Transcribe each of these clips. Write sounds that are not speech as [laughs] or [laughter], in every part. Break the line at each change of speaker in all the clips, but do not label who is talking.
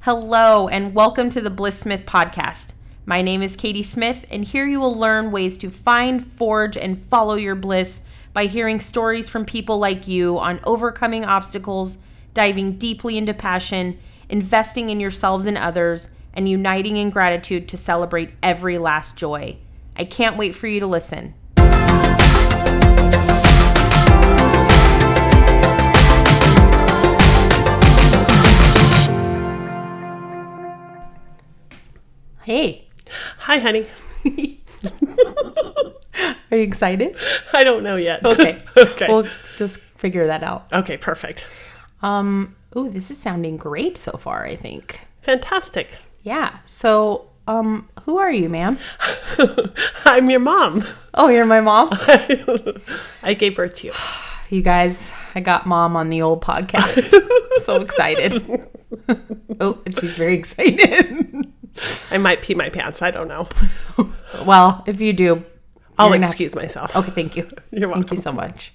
Hello, and welcome to the Bliss Smith podcast. My name is Katie Smith, and here you will learn ways to find, forge, and follow your bliss by hearing stories from people like you on overcoming obstacles, diving deeply into passion, investing in yourselves and others, and uniting in gratitude to celebrate every last joy. I can't wait for you to listen. Hey,
Hi, honey.
are you [laughs] excited?
I don't know yet. [laughs]
Okay.
okay.
We'll just figure that out.
okay, perfect.
Um, ooh, this is sounding great so far, I think.
Fantastic.
Yeah. So, um, who are you, ma'am?
I'm your mom.
Oh, you're my mom?
I gave birth to you.
you guys, I got mom on the old podcast. [laughs] so excited. oh, she's very excited.
I might pee my pants. I don't know.
well, if you do,
I'll
you're gonna have-
excuse myself.
Okay, thank you.
You're
Thank you so much.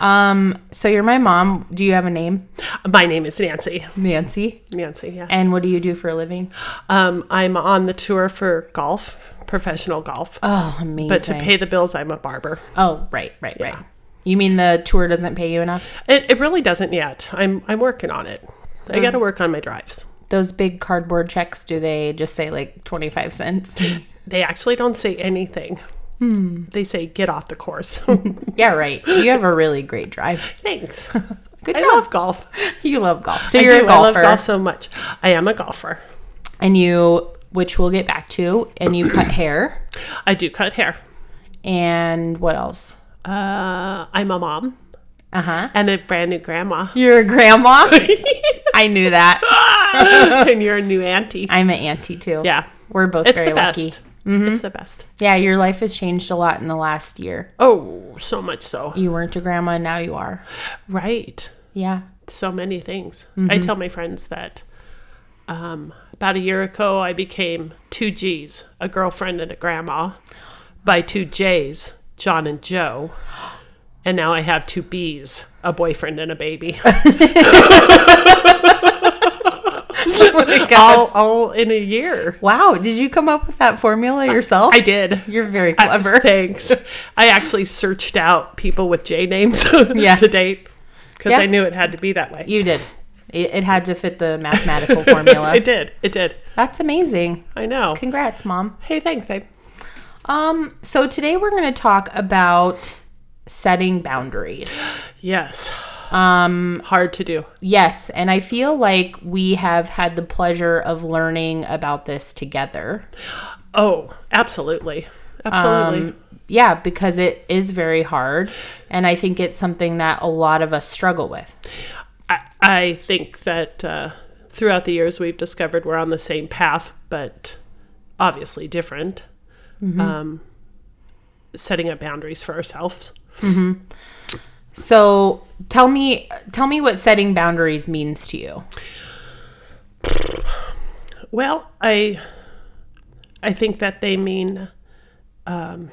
Um, so you're my mom. Do you have a name?
My name is Nancy.
Nancy.
Nancy, yeah.
And what do you do for a living?
Um, I'm on the tour for golf, professional golf.
Oh, amazing.
but to pay the bills, I'm a barber.
oh, right, right, right. You mean the tour doesn't pay you enough?
It, it really doesn't yet. I'm I'm working on it. I got to work on my drives.
those big cardboard checks do they just say like 25 [laughs] cents
They actually don't say anything.
Hmm.
They say get off the course. [laughs]
yeah right you have a really great drive
Thanks.
[laughs] good
I
job
love golf.
you love golf so
I
you're
do.
a
I love
golfer
golf so much. I am a golfer.
and you which we'll get back to and you cut hair
I do cut hair.
and what else
Uh, I'm a mom
uh-huh
and a brand new grandma,
[laughs] you're a grandma i knew that
[laughs] and you're a new auntie.
i'm an auntie too
Yeah,
we're both
it's
very
the best.
lucky Mm-hmm.
It's the best.
yeah your life has changed a lot in the last year
Oh, so much so.
you weren't a grandma and now you are
Right.
yeah
So many things.
Mm-hmm.
I tell my friends that um, about a year ago, I became two G's, a girlfriend and a grandma, by two J's, John and Joe. And now I have two B's, a boyfriend and a baby. [laughs] all, all in a year.
wow did you come up with that formula yourself
I did.
you're very [laughs] clever
Thanks. I actually searched out people with J names [laughs]
Yeah.
to date because
Yeah.
I knew it had to be that way.
You did. It, it had to fit the mathematical [laughs]
[laughs]
formula.
It did. It did.
That's amazing.
I know.
Congrats, mom.
Hey, thanks, babe.
Um, so today we're going to talk about setting boundaries.
Yes.
Um,
Hard to do.
yes, and I feel like we have had the pleasure of learning about this together.
Oh, absolutely. Absolutely.
Yeah, because it is very hard, and I think it's something that a lot of us struggle with.
I, I think that uh, throughout the years we've discovered we're on the same path, but obviously different. Um, setting up boundaries for ourselves.
So, tell me tell me what setting boundaries means to you.
Well, I I think that they mean, um,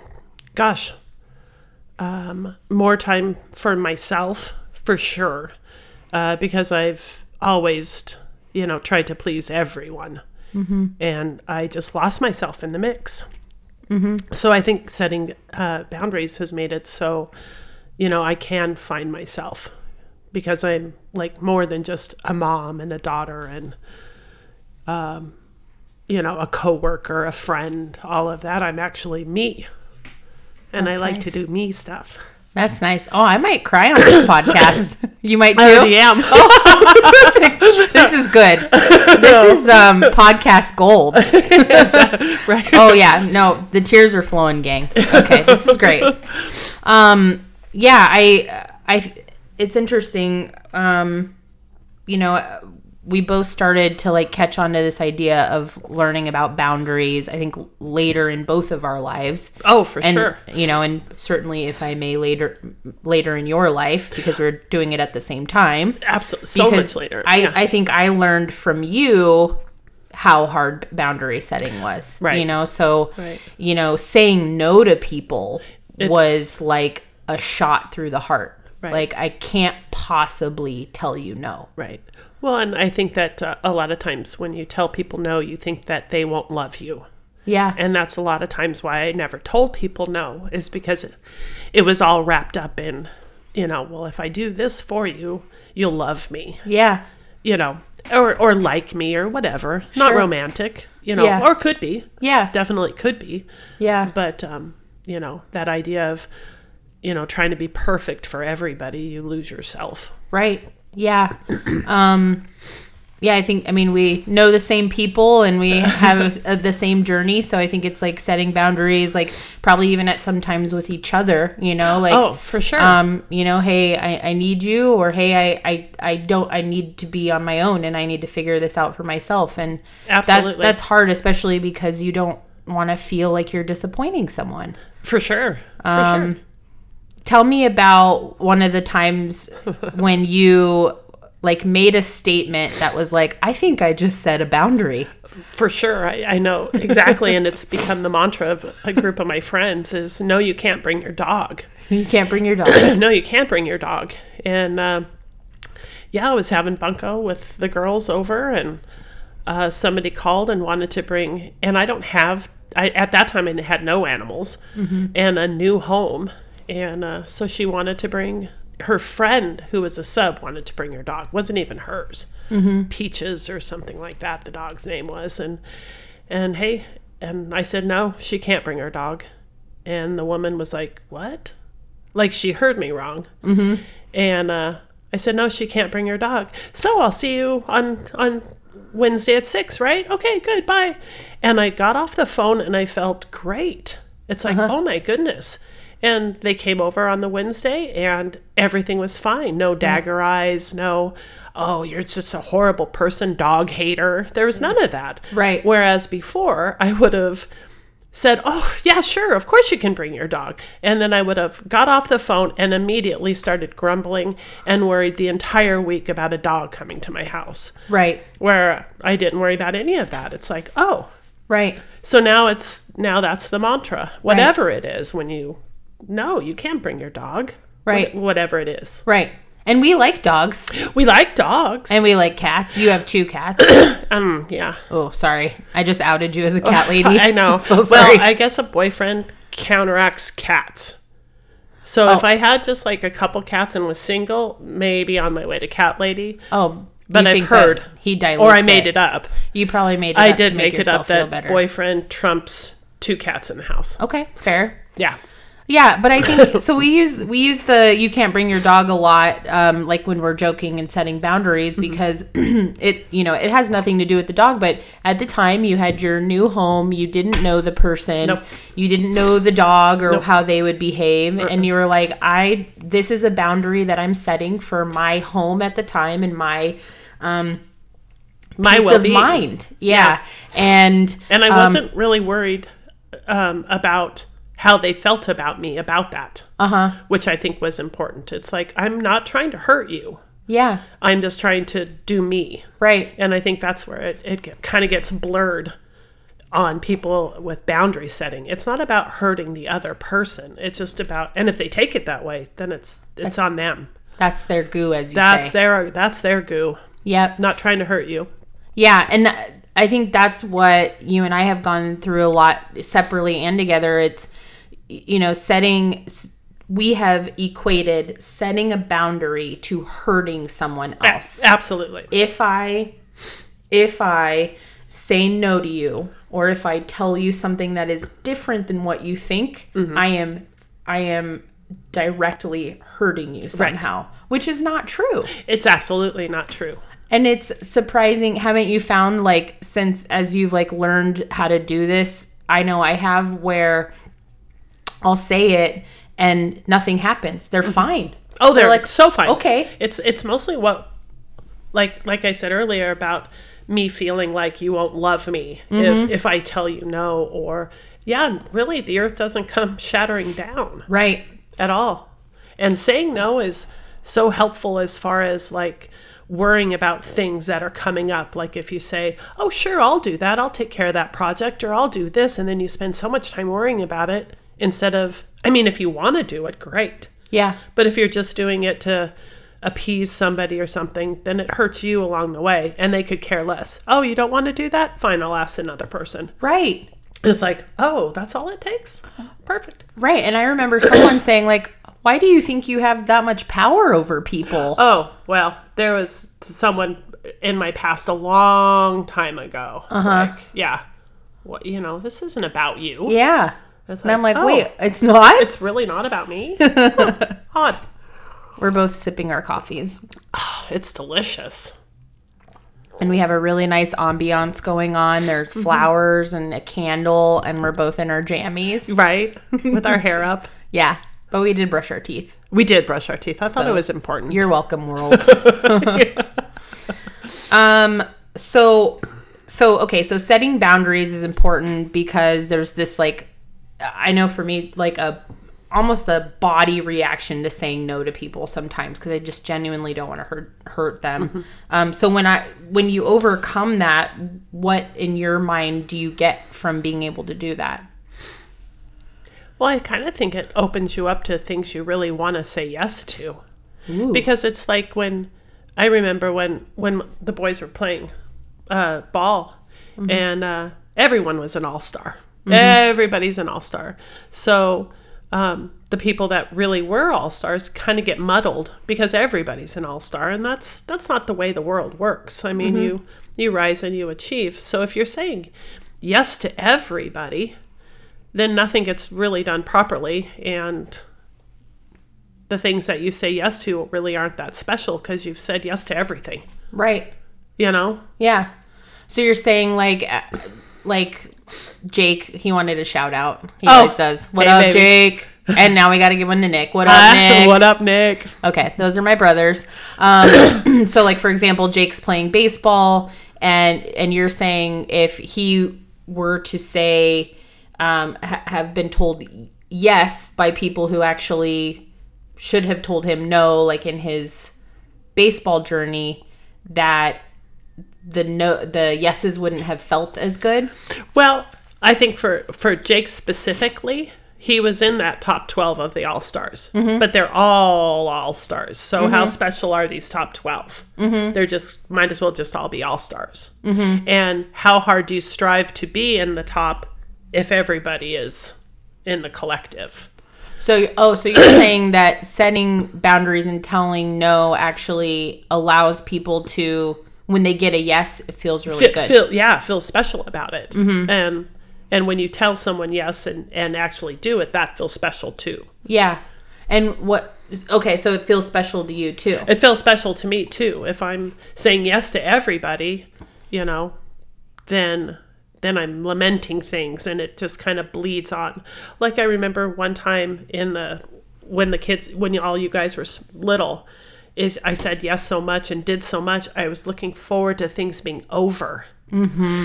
gosh, um, more time for myself for sure, uh, because I've always, you know, tried to please everyone,
Mm-hmm.
and I just lost myself in the mix.
Mm-hmm.
So I think setting uh, boundaries has made it so, you know, I can find myself because I'm like more than just a mom and a daughter and um, you know, a coworker, a friend, all of that. I'm actually me. And I
That's
like
nice.
to do me stuff.
That's nice. Oh, I might cry on [coughs] this podcast. You might too.
I already [laughs] am.
[laughs] this is good. This is um, podcast gold.
[laughs] right.
Oh yeah, no, the tears are flowing, gang. Okay, this is great. Um, yeah, I, I, it's interesting. Um, you know, we both started to like catch on to this idea of learning about boundaries. I think later in both of our lives,
Oh, for
and
sure.
you know, and certainly if I may later, later in your life because we're doing it at the same time
Absolutely. So much later.
I,
yeah.
I think I learned from you how hard boundary setting was.
Right.
You know, so
Right.
you know, saying no to people
It's-
was like a shot through the heart.
Right.
Like I can't possibly tell you no.
right. Well, and I think that uh, a lot of times when you tell people no, you think that they won't love you.
Yeah.
And that's a lot of times why I never told people no, is because it, it was all wrapped up in, you know, well, if I do this for you, you'll love me,
yeah.
you know, or, or like me or whatever. Not
Sure.
romantic, you know,
Yeah.
or could be,
Yeah.
definitely could be.
Yeah.
But, um, you know, that idea of, you know, trying to be perfect for everybody, you lose yourself.
Right. Yeah. [clears throat] um yeah, I think I mean we know the same people and we
[laughs]
have uh the same journey, so I think it's like setting boundaries like probably even at sometimes with each other, you know, like
Oh, for sure.
um, you know, hey, I, I need you, or hey, I, I, I don't, I need to be on my own and I need to figure this out for myself. And
Absolutely.
that's hard, especially because you don't want to feel like you're disappointing someone.
for sure. For
um,
sure.
Tell me about one of the
[laughs]
times when you like made a statement that was like, I think I just set a boundary.
For sure, I, I know exactly, and it's become the mantra of a group of my friends: is no, you can't bring your dog.
You can't bring
[coughs]
your dog. [coughs]
[clears throat] No, you can't bring your dog. And uh, yeah, I was having bunko with the girls over, and uh, somebody called and wanted to bring. And I don't have. I, at that time, I had no animals and a new home, and uh, so she wanted to bring her friend, who was a sub, wanted to bring her dog. wasn't even hers. Peaches or something like that. The dog's name was, and and hey, and I said no, she can't bring her dog. And the woman was like, "What?" like she heard me wrong. Mm-hmm. And uh, I said, no, she can't bring your dog. So I'll see you on on Wednesday at six, right? Okay, good, bye. And I got off the phone and I felt great. It's like, oh my goodness. And they came over on the Wednesday and everything was fine. No dagger eyes, no, oh, you're just a horrible person, dog hater. There was none of that.
Right.
Whereas before, I would have said, Oh, yeah, sure, of course you can bring your dog. And then I would have got off the phone and immediately started grumbling and worried the entire week about a dog coming to my house,
right.
where I didn't worry about any of that. It's like, Oh,
Right.
so now it's now that's the mantra, whatever it is when you no, you can't bring your dog. Wha-
Right.
whatever it is.
Right. And we like dogs
We like dogs.
and we like cats. You have two cats.
[coughs] um, yeah.
oh, sorry. I just outed you as a
[laughs]
cat lady.
I know.
I'm [laughs] so sorry.
Well, I guess a boyfriend counteracts cats. So
Oh.
if I had just like a couple cats and was single, maybe on my way to cat lady,
oh,
But
you
I've
think that
heard.
he dilutes
or I made it up.
You probably made it
I
up
did
to make,
make, it
yourself
up
feel
that
better. Oh.
boyfriend trumps two cats in the house.
Okay, fair.
Yeah.
Yeah, but I think so.
[laughs]
We use we use the you can't bring your dog a lot, um, like when we're joking and setting boundaries
Mm-hmm.
because [clears throat] it you know it has nothing to do with the dog. But at the time, you had your new home, you didn't know the person,
Nope.
you didn't know the dog or how they would behave, and you were like, I this is a boundary that I'm setting for my home at the time and my um,
My
peace
well
of
being.
mind. Yeah, and
And I wasn't really worried um, about how they felt about me about that. Uh-huh. Which I think was important. It's like I'm not trying to hurt you.
yeah,
I'm just trying to do me.
right.
And I think that's where it, it get, kind of gets blurred on people with boundary setting. It's not about hurting the other person. It's just about and if they take it that way, then it's it's on them.
That's their goo, as you
That's
say.
their that's their goo.
yep.
Not trying to hurt you.
Yeah, and th- I think that's what you and I have gone through a lot separately and together. It's you know, setting s- we have equated setting a boundary to hurting someone else.
Absolutely.
If I if I say no to you or if I tell you something that is different than what you think, I am I am directly hurting you somehow, which is not true.
It's absolutely not true.
And it's surprising, haven't you found like since as you've like learned how to do this? I know I have where I'll say it and nothing happens. They're fine.
Oh, they're,
like,
like so fine.
okay.
It's it's mostly what like like I said earlier about me feeling like you won't love me
Mm-hmm.
if if I tell you no or yeah, really the earth doesn't come shattering down
Right.
at all. And saying no is so helpful as far as like worrying about things that are coming up. Like if you say, oh, sure, I'll do that, I'll take care of that project, or I'll do this. And then you spend so much time worrying about it instead of, I mean, if you want to do it, great.
Yeah.
But if you're just doing it to appease somebody or something, then it hurts you along the way and they could care less. Oh, you don't want to do that? Fine, I'll ask another person.
Right.
And it's like, oh, that's all it takes? Perfect.
Right. And I remember someone [coughs] saying, like, why do you think you have that much power over people?
Oh, well, there was someone in my past a long time ago. It's like, yeah. What you know, this isn't about you.
yeah.
It's
And I'm like,
oh,
wait, it's not?
It's really not about [laughs] me. Huh, Odd.
We're both sipping our coffees.
It's delicious.
And we have a really nice ambiance going on. There's flowers and a candle, and we're both in our jammies.
Right? With our hair up.
Yeah. But we did brush our teeth.
[laughs] We did brush our teeth. I thought it was important.
You're welcome, world. [laughs] um. So, so okay. So setting boundaries is important because there's this like, I know for me like a almost a body reaction to saying no to people sometimes because I just genuinely don't want to hurt hurt them. Um. So when I when you overcome that, what in your mind do you get from being able to do that?
Well, I kind of think it opens you up to things you really want to say yes to. Because it's like when I remember when when the boys were playing uh, ball and uh, everyone was an all-star. Everybody's an all-star. So um, the people that really were all-stars kind of get muddled because everybody's an all-star and that's that's not the way the world works. I mean, you you rise and you achieve. So if you're saying yes to everybody, then nothing gets really done properly and the things that you say yes to really aren't that special because you've said yes to everything
Right.
you know
Yeah. So you're saying like, uh, like Jake, he wanted a shout out. He always does. What
Oh. Hey,
up,
baby."
Jake? And now we got to give one to Nick.
[laughs]
What up, Nick?
what up nick
Okay, those are my brothers. Um, [coughs] so, like for example, Jake's playing baseball, and and you're saying if he were to say, um, ha- have been told yes by people who actually should have told him no, like in his baseball journey, that the no the yeses wouldn't have felt as good.
well i think for for jake specifically he was in that top 12 of the all stars but they're all all stars so how special are these top 12 mm-hmm. they're just might as well just all be all stars mm-hmm. and how hard do you strive to be in the top if everybody is in the collective
So, oh,
[coughs]
so you're saying that setting boundaries and telling no actually allows people to, when they get a yes, it feels really
feel,
good. Mm-hmm.
feel yeah feel special about it and and when you tell someone yes and and actually do it that feels special too
yeah. And what, okay, so it feels special to you too.
it feels special to me too if i'm saying yes to everybody you know then then i'm lamenting things and it just kind of bleeds on like i remember one time in the when the kids when all you guys were s- little is i said yes so much and did so much i was looking forward to things being over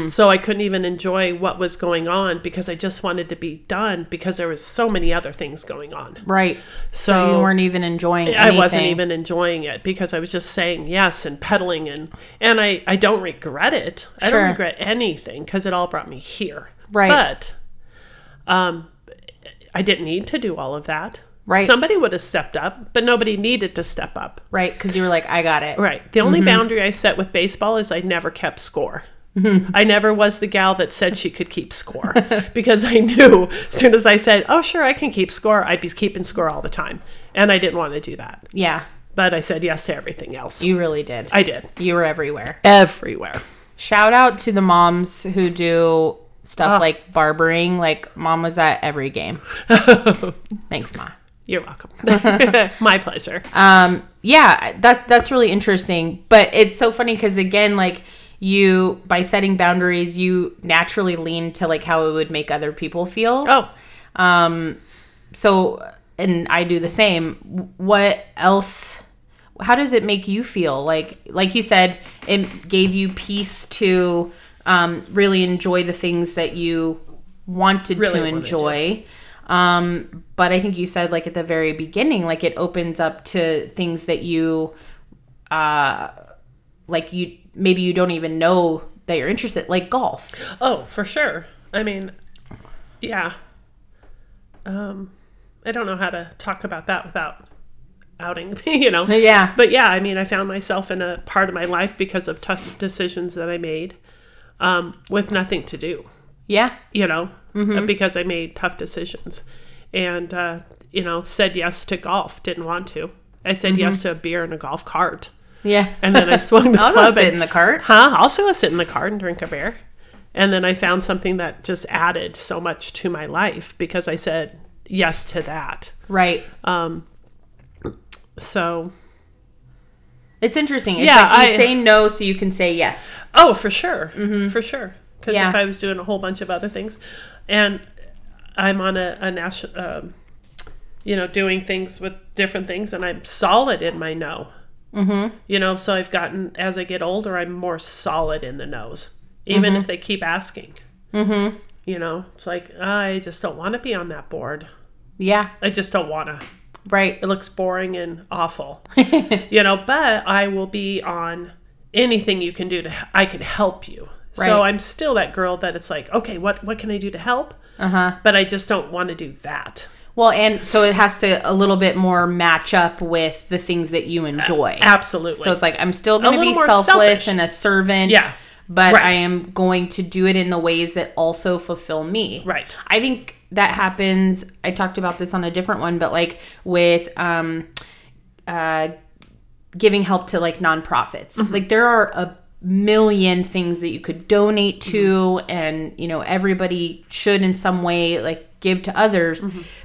So I couldn't even enjoy what was going on because I just wanted to be done because there was so many other things going on.
Right.
So,
So you weren't even enjoying
I wasn't
anything.
even enjoying it because I was just saying yes and peddling and and I I don't regret it. I
Sure.
don't regret anything because it all brought me here.
Right.
But um I didn't need to do all of that.
Right.
Somebody would have stepped up, but nobody needed to step up.
Right. Because you were like, I got it.
Right. The only
Mm-hmm.
boundary I set with baseball is I never kept score.
Mm-hmm.
I never was the gal that said she could keep score [laughs] because I knew as soon as I said, "Oh, sure, I can keep score," I'd be keeping score all the time, and I didn't want to do that.
Yeah.
But I said yes to everything else.
You really did.
I did
you were everywhere.
everywhere.
Shout out to the moms who do
Ah.
stuff like barbering. Like, mom was at every
[laughs]
game. Thanks, ma.
You're welcome. [laughs] My pleasure.
um yeah that that's really interesting but it's so funny because again like you by setting boundaries you naturally lean to like how it would make other people feel
oh,
so and i do the same what else how does it make you feel like like you said it gave you peace to um, really enjoy the things that you wanted
Really
to
wanted to.
enjoy um, but i think you said like at the very beginning like it opens up to things that you uh like you maybe you don't even know that you're interested like golf
oh, for sure. I mean, yeah. Um, I don't know how to talk about that without outing, [laughs] you know.
Yeah.
But yeah, I mean, I found myself in a part of my life because of tough decisions that I made um, with nothing to do,
Yeah.
you know,
Mm-hmm.
because I made tough decisions and, uh, you know, said yes to golf, didn't want to. I said yes to a beer and a golf cart.
Yeah.
And
[laughs]
then I swung the
Mm-hmm. I'll go
club
sit
and-
in the cart.
Huh? Also, I sit in the car and drink a beer. And then I found something that just added so much to my life because I said yes to that.
Right.
So,
It's interesting. It's
Yeah,
like you
I-
say no so you can say yes.
oh, for sure. For sure. Because
Yeah.
if I was doing a whole bunch of other things and I'm on a, a national, um, you know, doing things with different things and I'm solid in my no. Mm-hmm. You know, so I've gotten, as I get older, I'm more solid in the no's, even if they keep asking. You know, it's like, I just don't want to be on that board.
Yeah.
I just don't want to.
Right.
It looks boring and
[laughs]
awful. you know, but I will be on anything you can do to I can help you. So
Right.
I'm still that girl that it's like, okay, what what can I do to help?
Uh huh.
But I just don't want to do that.
Well, and so it has to a little bit more match up with the things that you enjoy.
Uh, Absolutely.
So it's like I'm still going to
little
be
more
selfless
selfish.
and a servant.
Yeah.
But
Right.
I am going to do it in the ways that also fulfill me.
Right.
I think that happens. I talked about this on a different one, but like with um, uh, giving help to like nonprofits, like there are a million things that you could donate to, and you know everybody should in some way like give to others,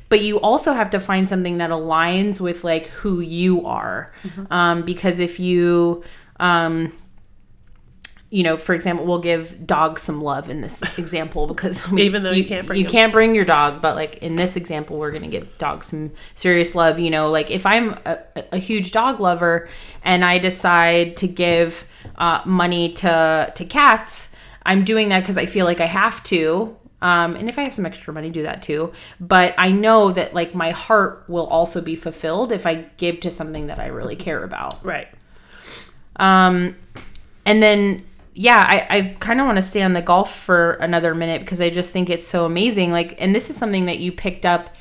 but you also have to find something that aligns with like who you are, um, because if you um, you know, for example, we'll give dogs some love in
[laughs]
this example because we,
Even though you can't bring
you
them.
can't bring your dog, but like in this example, we're gonna give dogs some serious love. You know, like if I'm a, a huge dog lover and I decide to give uh, money to to cats, I'm doing that because I feel like I have to. Um, and if I have some extra money, do that too. But I know that like my heart will also be fulfilled if I give to something that I
Mm-hmm.
really care about.
right.
And then, yeah, I, I kind of want to stay on the golf for another minute because I just think it's so amazing. Like, and this is something that you picked up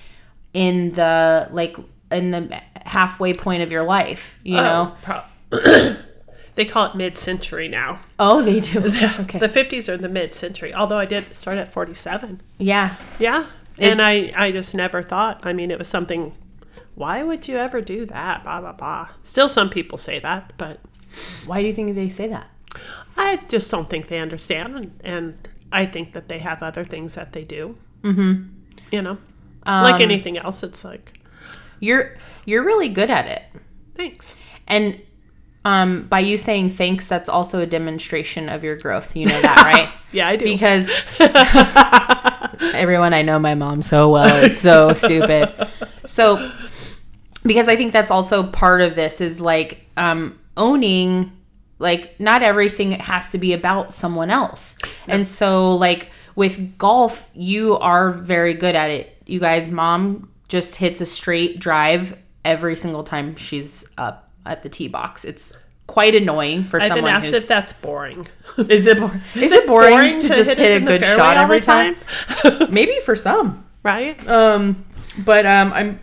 in the like in the halfway point of your life. You know?
Oh, pro- [coughs] they call it mid century now.
Oh, they [laughs] do. okay.
The fifties are the mid century, although I did start at forty seven.
yeah.
Yeah.
It's-
and I, I just never thought. I mean, it was something. Why would you ever do that? Blah, blah, blah. Still, some people say that, but
Why do you think they say that?
I just don't think they understand. And, and I think that they have other things that they do. Mm-hmm. You know,
Um,
like anything else, it's like,
You're you're really good at it,
thanks.
and um, by you saying thanks, that's also a demonstration of your growth. You know [laughs] that, right?
Yeah, I do. [laughs]
because everyone I know my mom so well. It's so
[laughs]
stupid. So because I think that's also part of this is like um owning like not everything has to be about someone else. And so like with golf, you are very good at it. You guys, mom just hits a straight drive every single time she's up at the tee box. It's quite annoying for
I've been
someone
asked
who's
if that's boring.
[laughs] is it boring? Is,
[laughs]
it boring, to, just hit,
in
a
the
good
fairway
shot
all
every
the
time? Maybe for some.
[laughs] right?
Um, but um, I'm.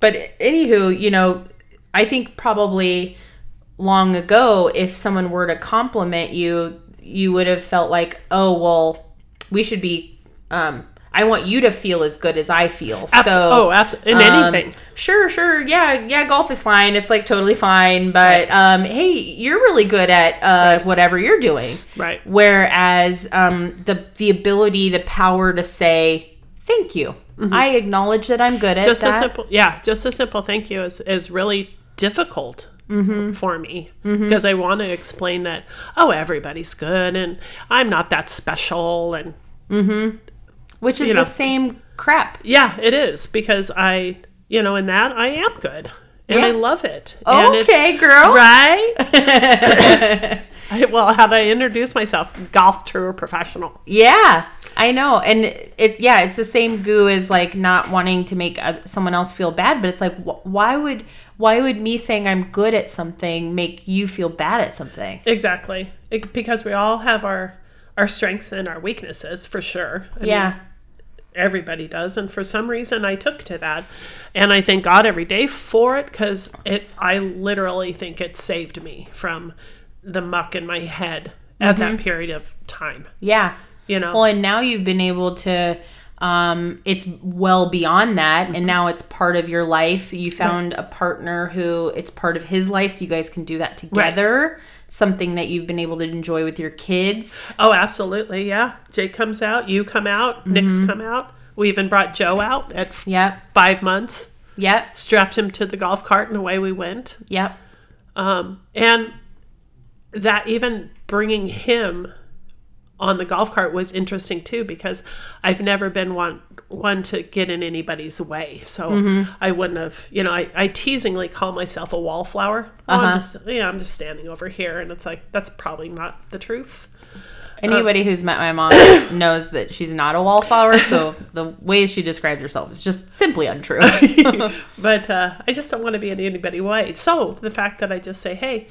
But anywho, you know, I think probably long ago, if someone were to compliment you, you would have felt like, oh well, we should be. Um, I want you to feel as good as I feel.
Abso-
so
oh, absolutely. In
um,
anything.
Sure, sure. Yeah, yeah, golf is fine. It's like totally fine. But um, hey, you're really good at uh, whatever you're doing.
Right.
Whereas um, the the ability, the power to say thank you. I acknowledge that I'm good at
Mm-hmm. Just a
that.
simple, yeah, just a simple thank you is, is really difficult.
Mm-hmm.
For me, because I want to explain that oh everybody's good and I'm not that special and
which is
you
the
know.
same crap.
Yeah, it is because I, you know, in that I am good and I
Yeah.
love it. And it's-
okay, girl. [laughs]
right? [laughs] I, well, how do I introduce myself? Golf tour professional.
Yeah, I know. And it yeah, it's the same goo as like not wanting to make uh, someone else feel bad, but it's like wh- why would why would me saying I'm good at something make you feel bad at something?
Exactly, It- because we all have our our strengths and our weaknesses for sure. I mean,
yeah.
everybody does and for some reason i took to that and i thank god every day for it because it i literally think it saved me from the muck in my head at that
Mm-hmm.
period of time
Yeah.
you know
Well, and now you've been able to. Um, it's well beyond that, and now it's part of your life. You found a partner who it's part of his life, so you guys can do that together. Something that you've been able to enjoy with your kids.
oh absolutely yeah jay comes out you come out nick's come out we even brought joe out at f-
Yep,
five months
yep,
strapped him to the golf cart and away we went
yep.
Um, and that even bringing him on the golf cart was interesting too because I've never been one one to get in anybody's way. So I wouldn't have, you know, I, I teasingly call myself a wallflower. Oh, I'm just, yeah, I'm just standing over here, and it's like that's probably not the truth.
Anybody who's met my mom [coughs] knows that she's not a wallflower, so the way she describes herself is just simply untrue.
But uh, I just don't want to be in anybody's way. So the fact that I just say, hey,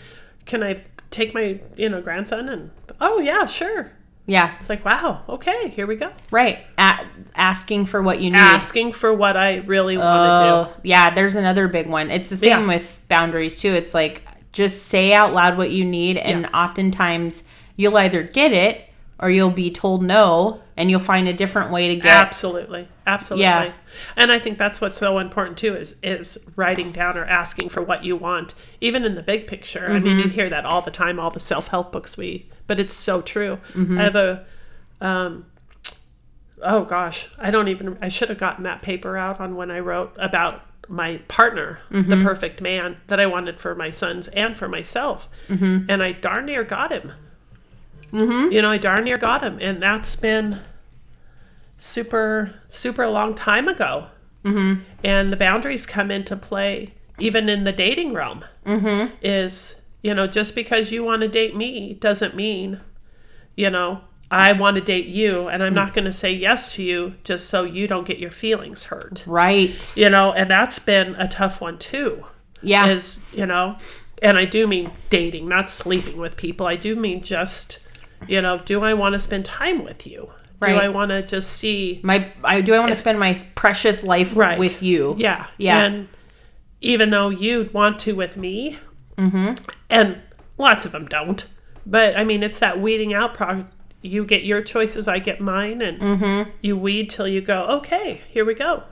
can I take my you know grandson and oh yeah sure
yeah,
it's like wow okay here we go
right. A- asking for what you need.
asking for what I really want to
Oh, yeah, there's another big one. It's the same
Yeah.
with boundaries too. It's like just say out loud what you need and oftentimes you'll either get it or you'll be told no and you'll find a different way to
do.
get
Absolutely. Absolutely.
Yeah.
And I think that's what's so important too is is writing down or asking for what you want, even in the big picture. I mean, you hear that all the time, all the self help books we but it's so true. I have a um oh gosh, I don't even I should have gotten that paper out on when I wrote about my partner, the perfect man that I wanted for my sons and for myself. And I darn near got him. you know, I darn near got him. And that's been super, super long time ago. Mm-hmm. And the boundaries come into play even in the dating realm. Mm-hmm. Is, you know, just because you want to date me doesn't mean, you know, I want to date you and I'm not going to say yes to you just so you don't get your feelings hurt.
right.
You know, and that's been a tough one too
Yeah.
is you know and i do mean dating not sleeping with people i do mean just you know do i want to spend time with you do
Right.
i want to just see
my I do I want to spend my precious life
Right.
with you.
yeah
Yeah.
and even though you'd want to with me
Mm-hmm.
and lots of them don't but i mean it's that weeding out pro you get your choices i get mine and
Mm-hmm.
you weed till you go okay here we go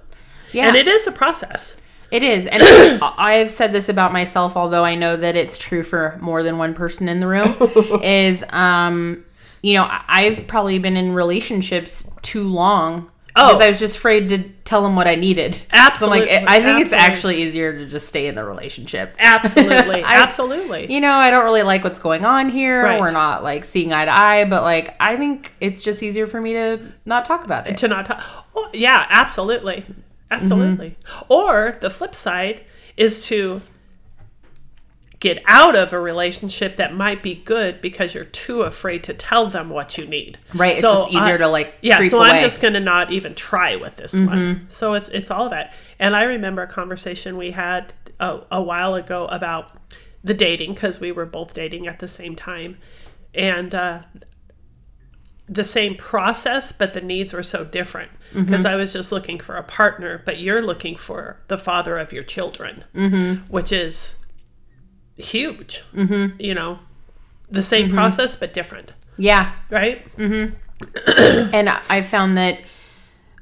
Yeah.
and it is a process
It is.
[coughs]
And I- I've said this about myself, although I know that it's true for more than one person in the
[laughs]
room, is, um, you know, I- I've probably been in relationships too long. Because
Oh.
I was just afraid to tell them what I needed. So I'm like,
Absolutely.
I I think it's
Absolutely.
actually easier to just stay in the relationship. [laughs]
absolutely
I-
absolutely
You know, I don't really like what's going on here.
Right.
We're not like seeing eye to eye, but like, I think it's just easier for me to not talk about it.
to not talk. Oh, yeah, absolutely, absolutely.
Mm-hmm.
Or the flip side is to get out of a relationship that might be good because you're too afraid to tell them what you need.
Right. It's just easier
I-
to, like,
yeah.
creep
so
away. Mm-hmm.
I'm just gonna not even try with this one. So it's it's all that. And I remember a conversation we had a, a while ago about the dating because we were both dating at the same time, and. Uh, the same process, but the needs were so different.
Mm-hmm.
Because I was just looking for a partner, but you're looking for the father of your children,
Mm-hmm.
which is huge. Mm-hmm. You know, the same
Mm-hmm.
process, but different,
yeah.
right?
Mm. and I found that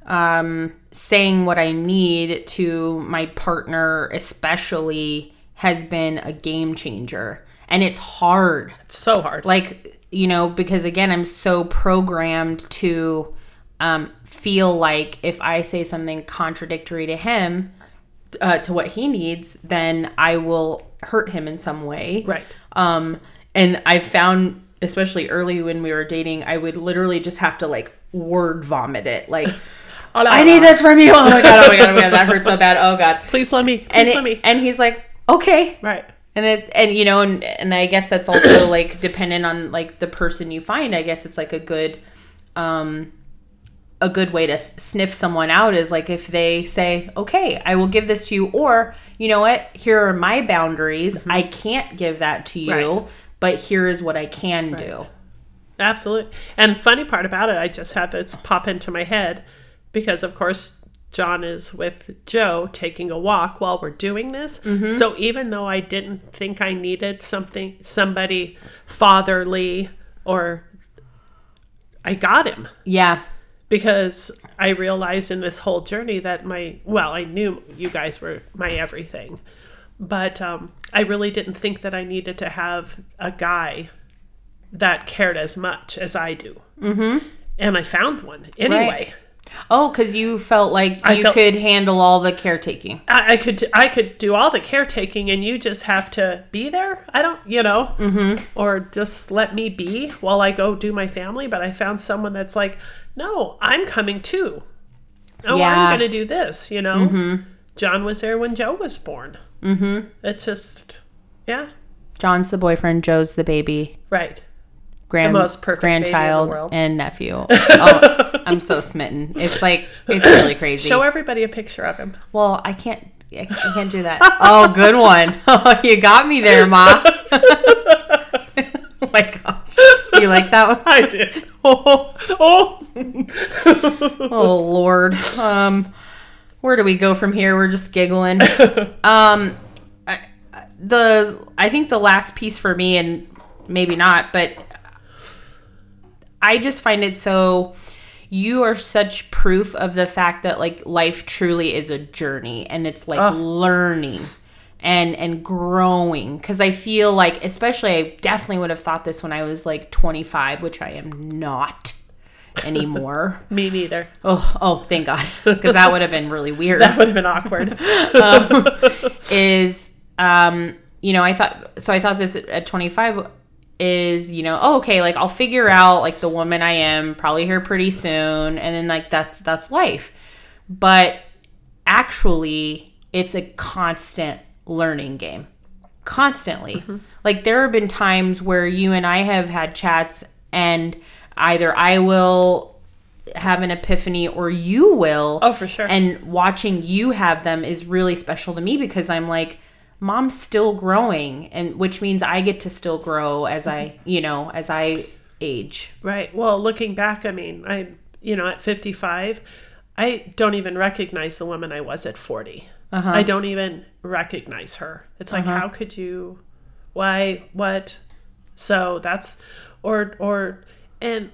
um, saying what I need to my partner, especially, has been a game changer. And it's hard.
It's so hard.
Like, you know, because again, I'm so programmed to um, feel like if I say something contradictory to him, uh, to what he needs, then I will hurt him in some way.
right.
Um, and I found, especially early when we were dating, I would literally just have to like word vomit it. Like, I need this from you. Oh my god. Oh my god. Oh my god. That hurts so bad. Oh god.
Uh-huh. Please let me. Please
And
let
it,
me.
and he's like, okay.
Right.
And it and you know and and I guess that's [coughs] also like dependent on like the person you find. I guess it's like a good, um, a good way to s- sniff someone out is like if they say, okay, I will give this to you, or you know what, here are my boundaries. I can't give that to you,
Right.
but here is what I can do.
Absolutely. And funny part about it, I just had this pop into my head because of course John is with Joe taking a walk while we're doing this.
Mm-hmm.
So even though I didn't think I needed something somebody fatherly or I got him
Yeah.
because I realized in this whole journey that my well, I knew you guys were my everything, but um, I really didn't think that I needed to have a guy that cared as much as I do. Mm-hmm. And I found one anyway.
Oh, because you felt like you
felt-
could handle all the caretaking.
I, I could I could do all the caretaking, and you just have to be there. I don't, you know, mm-hmm. or just let me be while I go do my family. But I found someone that's like, no, I'm coming too. Oh,
Yeah.
I'm going to do this. You know, John was there when Joe was born. Mm-hmm. It's just, yeah,
John's the boyfriend, Joe's the baby,
right.
grand
The most perfect baby in the
grandchild,
world.
and
[laughs]
nephew. Oh, I'm so smitten. It's like it's really crazy.
Show everybody a picture of him.
well, I can't. I can't do that. Oh, good one. [laughs] Oh, you got me there, Ma. [laughs] oh my gosh, you like that [laughs] one?
I did. [laughs] oh, oh.
Oh Lord. Um, where do we go from here? We're just giggling. Um, I, the I think the last piece for me, and maybe not, but I just find it so. You are such proof of the fact that like life truly is a journey, and it's like learning and and growing. Because I feel like, especially, I definitely would have thought this when I was like 25, which I am not anymore.
me neither.
Oh, oh, thank God, [laughs] because that would have been really weird.
That would have been awkward.
is, um, you know, I thought so. I thought this at, at 25 is, you know, oh, okay, like I'll figure out like the woman I am, probably here pretty soon, and then like that's that's life. But actually, it's a constant learning game, constantly. Like there have been times where you and I have had chats, and either I will have an epiphany or you will
Oh, for [laughs] sure.
and watching you have them is really special to me because I'm like, mom's still growing, and which means I get to still grow as I,
Mm-hmm.
you know, as I age.
Right. Well, looking back, I mean, I you know, at 55, I don't even recognize the woman I was at 40. I don't even recognize her. It's like how could you why what so that's or or and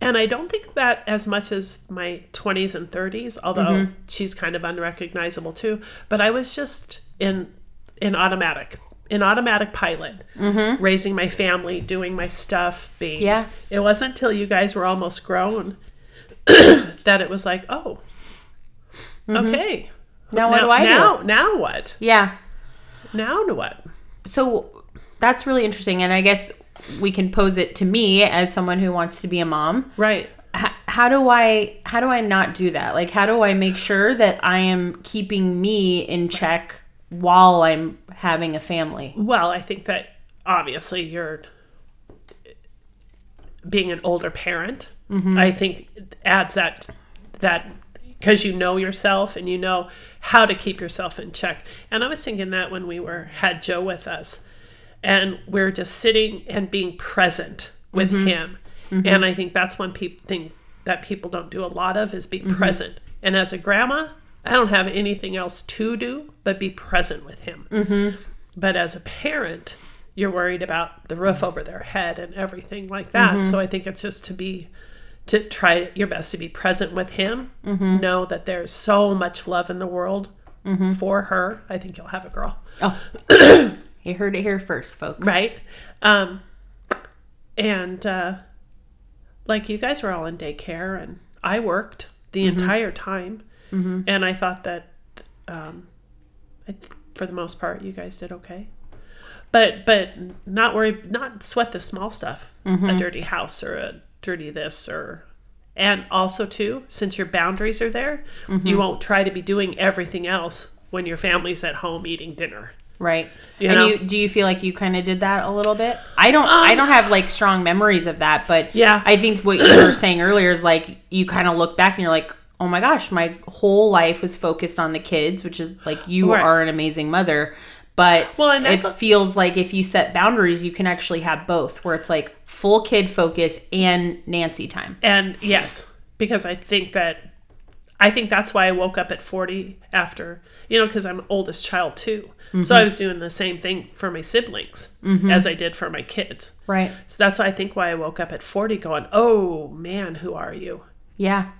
and I don't think that as much as my 20s and 30s, although
Mm-hmm.
she's kind of unrecognizable too, but I was just in in automatic in automatic pilot, raising my family, doing my stuff, being
Mm-hmm. Yeah.
It wasn't until you guys were almost grown [coughs] that it was like, oh, okay.
Now Mm-hmm. what
now,
do I
now,
do?
Now what?
Yeah.
Now what?
So that's really interesting, and I guess we can pose it to me as someone who wants to be a mom.
Right.
H- how do I how do I not do that? Like how do I make sure that I am keeping me in check while I'm having a family?
Well, I think that obviously you're being an older parent. I think adds that that because you know yourself and you know how to keep yourself in check. And I was thinking that when we were had Joe with us, and we're just sitting and being present with him. And I think that's one peop thing that people don't do a lot of is be present. And as a grandma, I don't have anything else to do but be present with him. But as a parent, you're worried about the roof over their head and everything like that. So I think it's just to be to try your best to be present with him. Know that there's so much love in the world for her. I think you'll have a girl,
Oh, [coughs] You heard it here first, folks.
right? Um, and uh, like you guys were all in daycare, and I worked the entire time, and I thought that um, I th- for the most part you guys did okay. But but not worry, not sweat the small stuff, a dirty house or a dirty this or. And also too, since your boundaries are there, you won't try to be doing everything else when your family's at home eating dinner.
Right.
You
and
know? Um,
you do you feel like you kind of did that a little bit? I don't I don't have like strong memories of that, but
Yeah.
I think what you were saying earlier is like you kind of look back and you're like, "Oh my gosh, my whole life was focused on the kids," which is like you
Right.
are an amazing mother, but
Well, and
it
that's a-
feels like if you set boundaries, you can actually have both where it's like full kid focus and Nancy time.
And yes, because I think that I think that's why I woke up at 40 after, you know, because I'm oldest child too. So I was doing the same thing for my siblings as I did for my kids.
Right.
So that's why I think why I woke up at 40 going, oh man, who are you?
Yeah.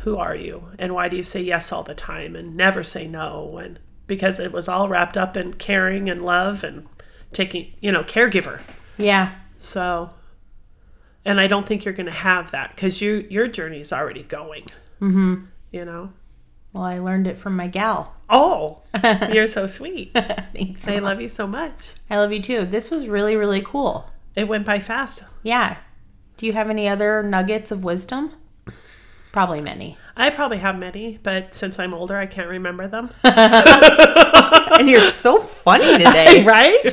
Who are you? And why do you say yes all the time and never say no? And because it was all wrapped up in caring and love and taking, you know, caregiver.
Yeah.
So, and I don't think you're going to have that because you, your journey's already going. Mm-hmm. You know?
Well, I learned it from my gal. [laughs]
Oh, [laughs] you're so sweet.
Thanks.
I love you so much.
I love you too. This was really, really cool.
It went by fast.
Yeah. Do you have any other nuggets of wisdom? Probably many.
I probably have many, but since I'm older, I can't remember them.
[laughs]
[laughs]
And you're so [laughs] funny today.
right?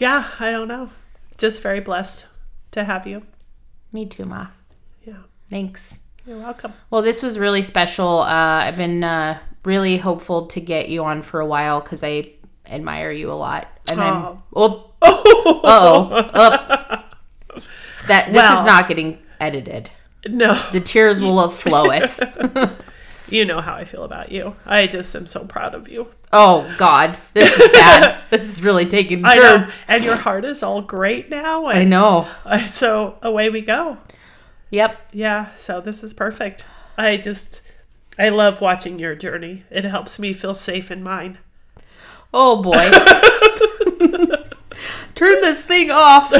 yeah, I don't know. Just very blessed to have you.
Me too, Ma.
Yeah,
Thanks.
you're welcome. [laughs]
Well, this was really special. Uh, I've been uh, really hopeful to get you on for a while because I admire you a lot. And I'm. Oh. [laughs] Oh. That this
Well.
is not getting edited.
No,
The tears will have [laughs] floweth.
you know how I feel about you. I just am so proud of you.
oh God, this is [laughs] bad. this is really taking.
I
dirt.
know. And your heart is all great now.
I
And
know.
uh, so away we go.
Yep.
Yeah, so this is perfect. I just, I love watching your journey. It helps me feel safe in mine.
Oh [laughs] boy. Turn this thing [laughs] off.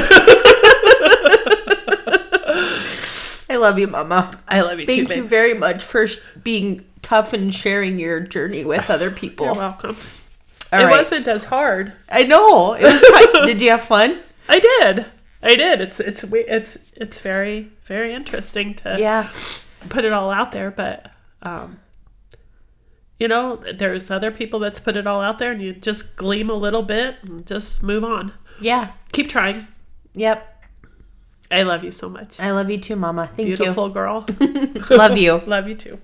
I love you, Mama.
I love you
Thank
too,
you
babe.
very much for sh- being tough and sharing your journey with [laughs] other people.
You're welcome.
All
it
right.
wasn't as hard.
I know. It was [laughs] fun. Did you have fun?
I did. I did. It's it's we- it's it's very very interesting to
Yeah.
put it all out there, but um, you know, there's other people that's put it all out there, and you just gleam a little bit and just move on.
Yeah.
Keep trying.
Yep.
I love you so much,
I love you too, Mama. Thank
[laughs] beautiful girl.
you. Love you.
love you too.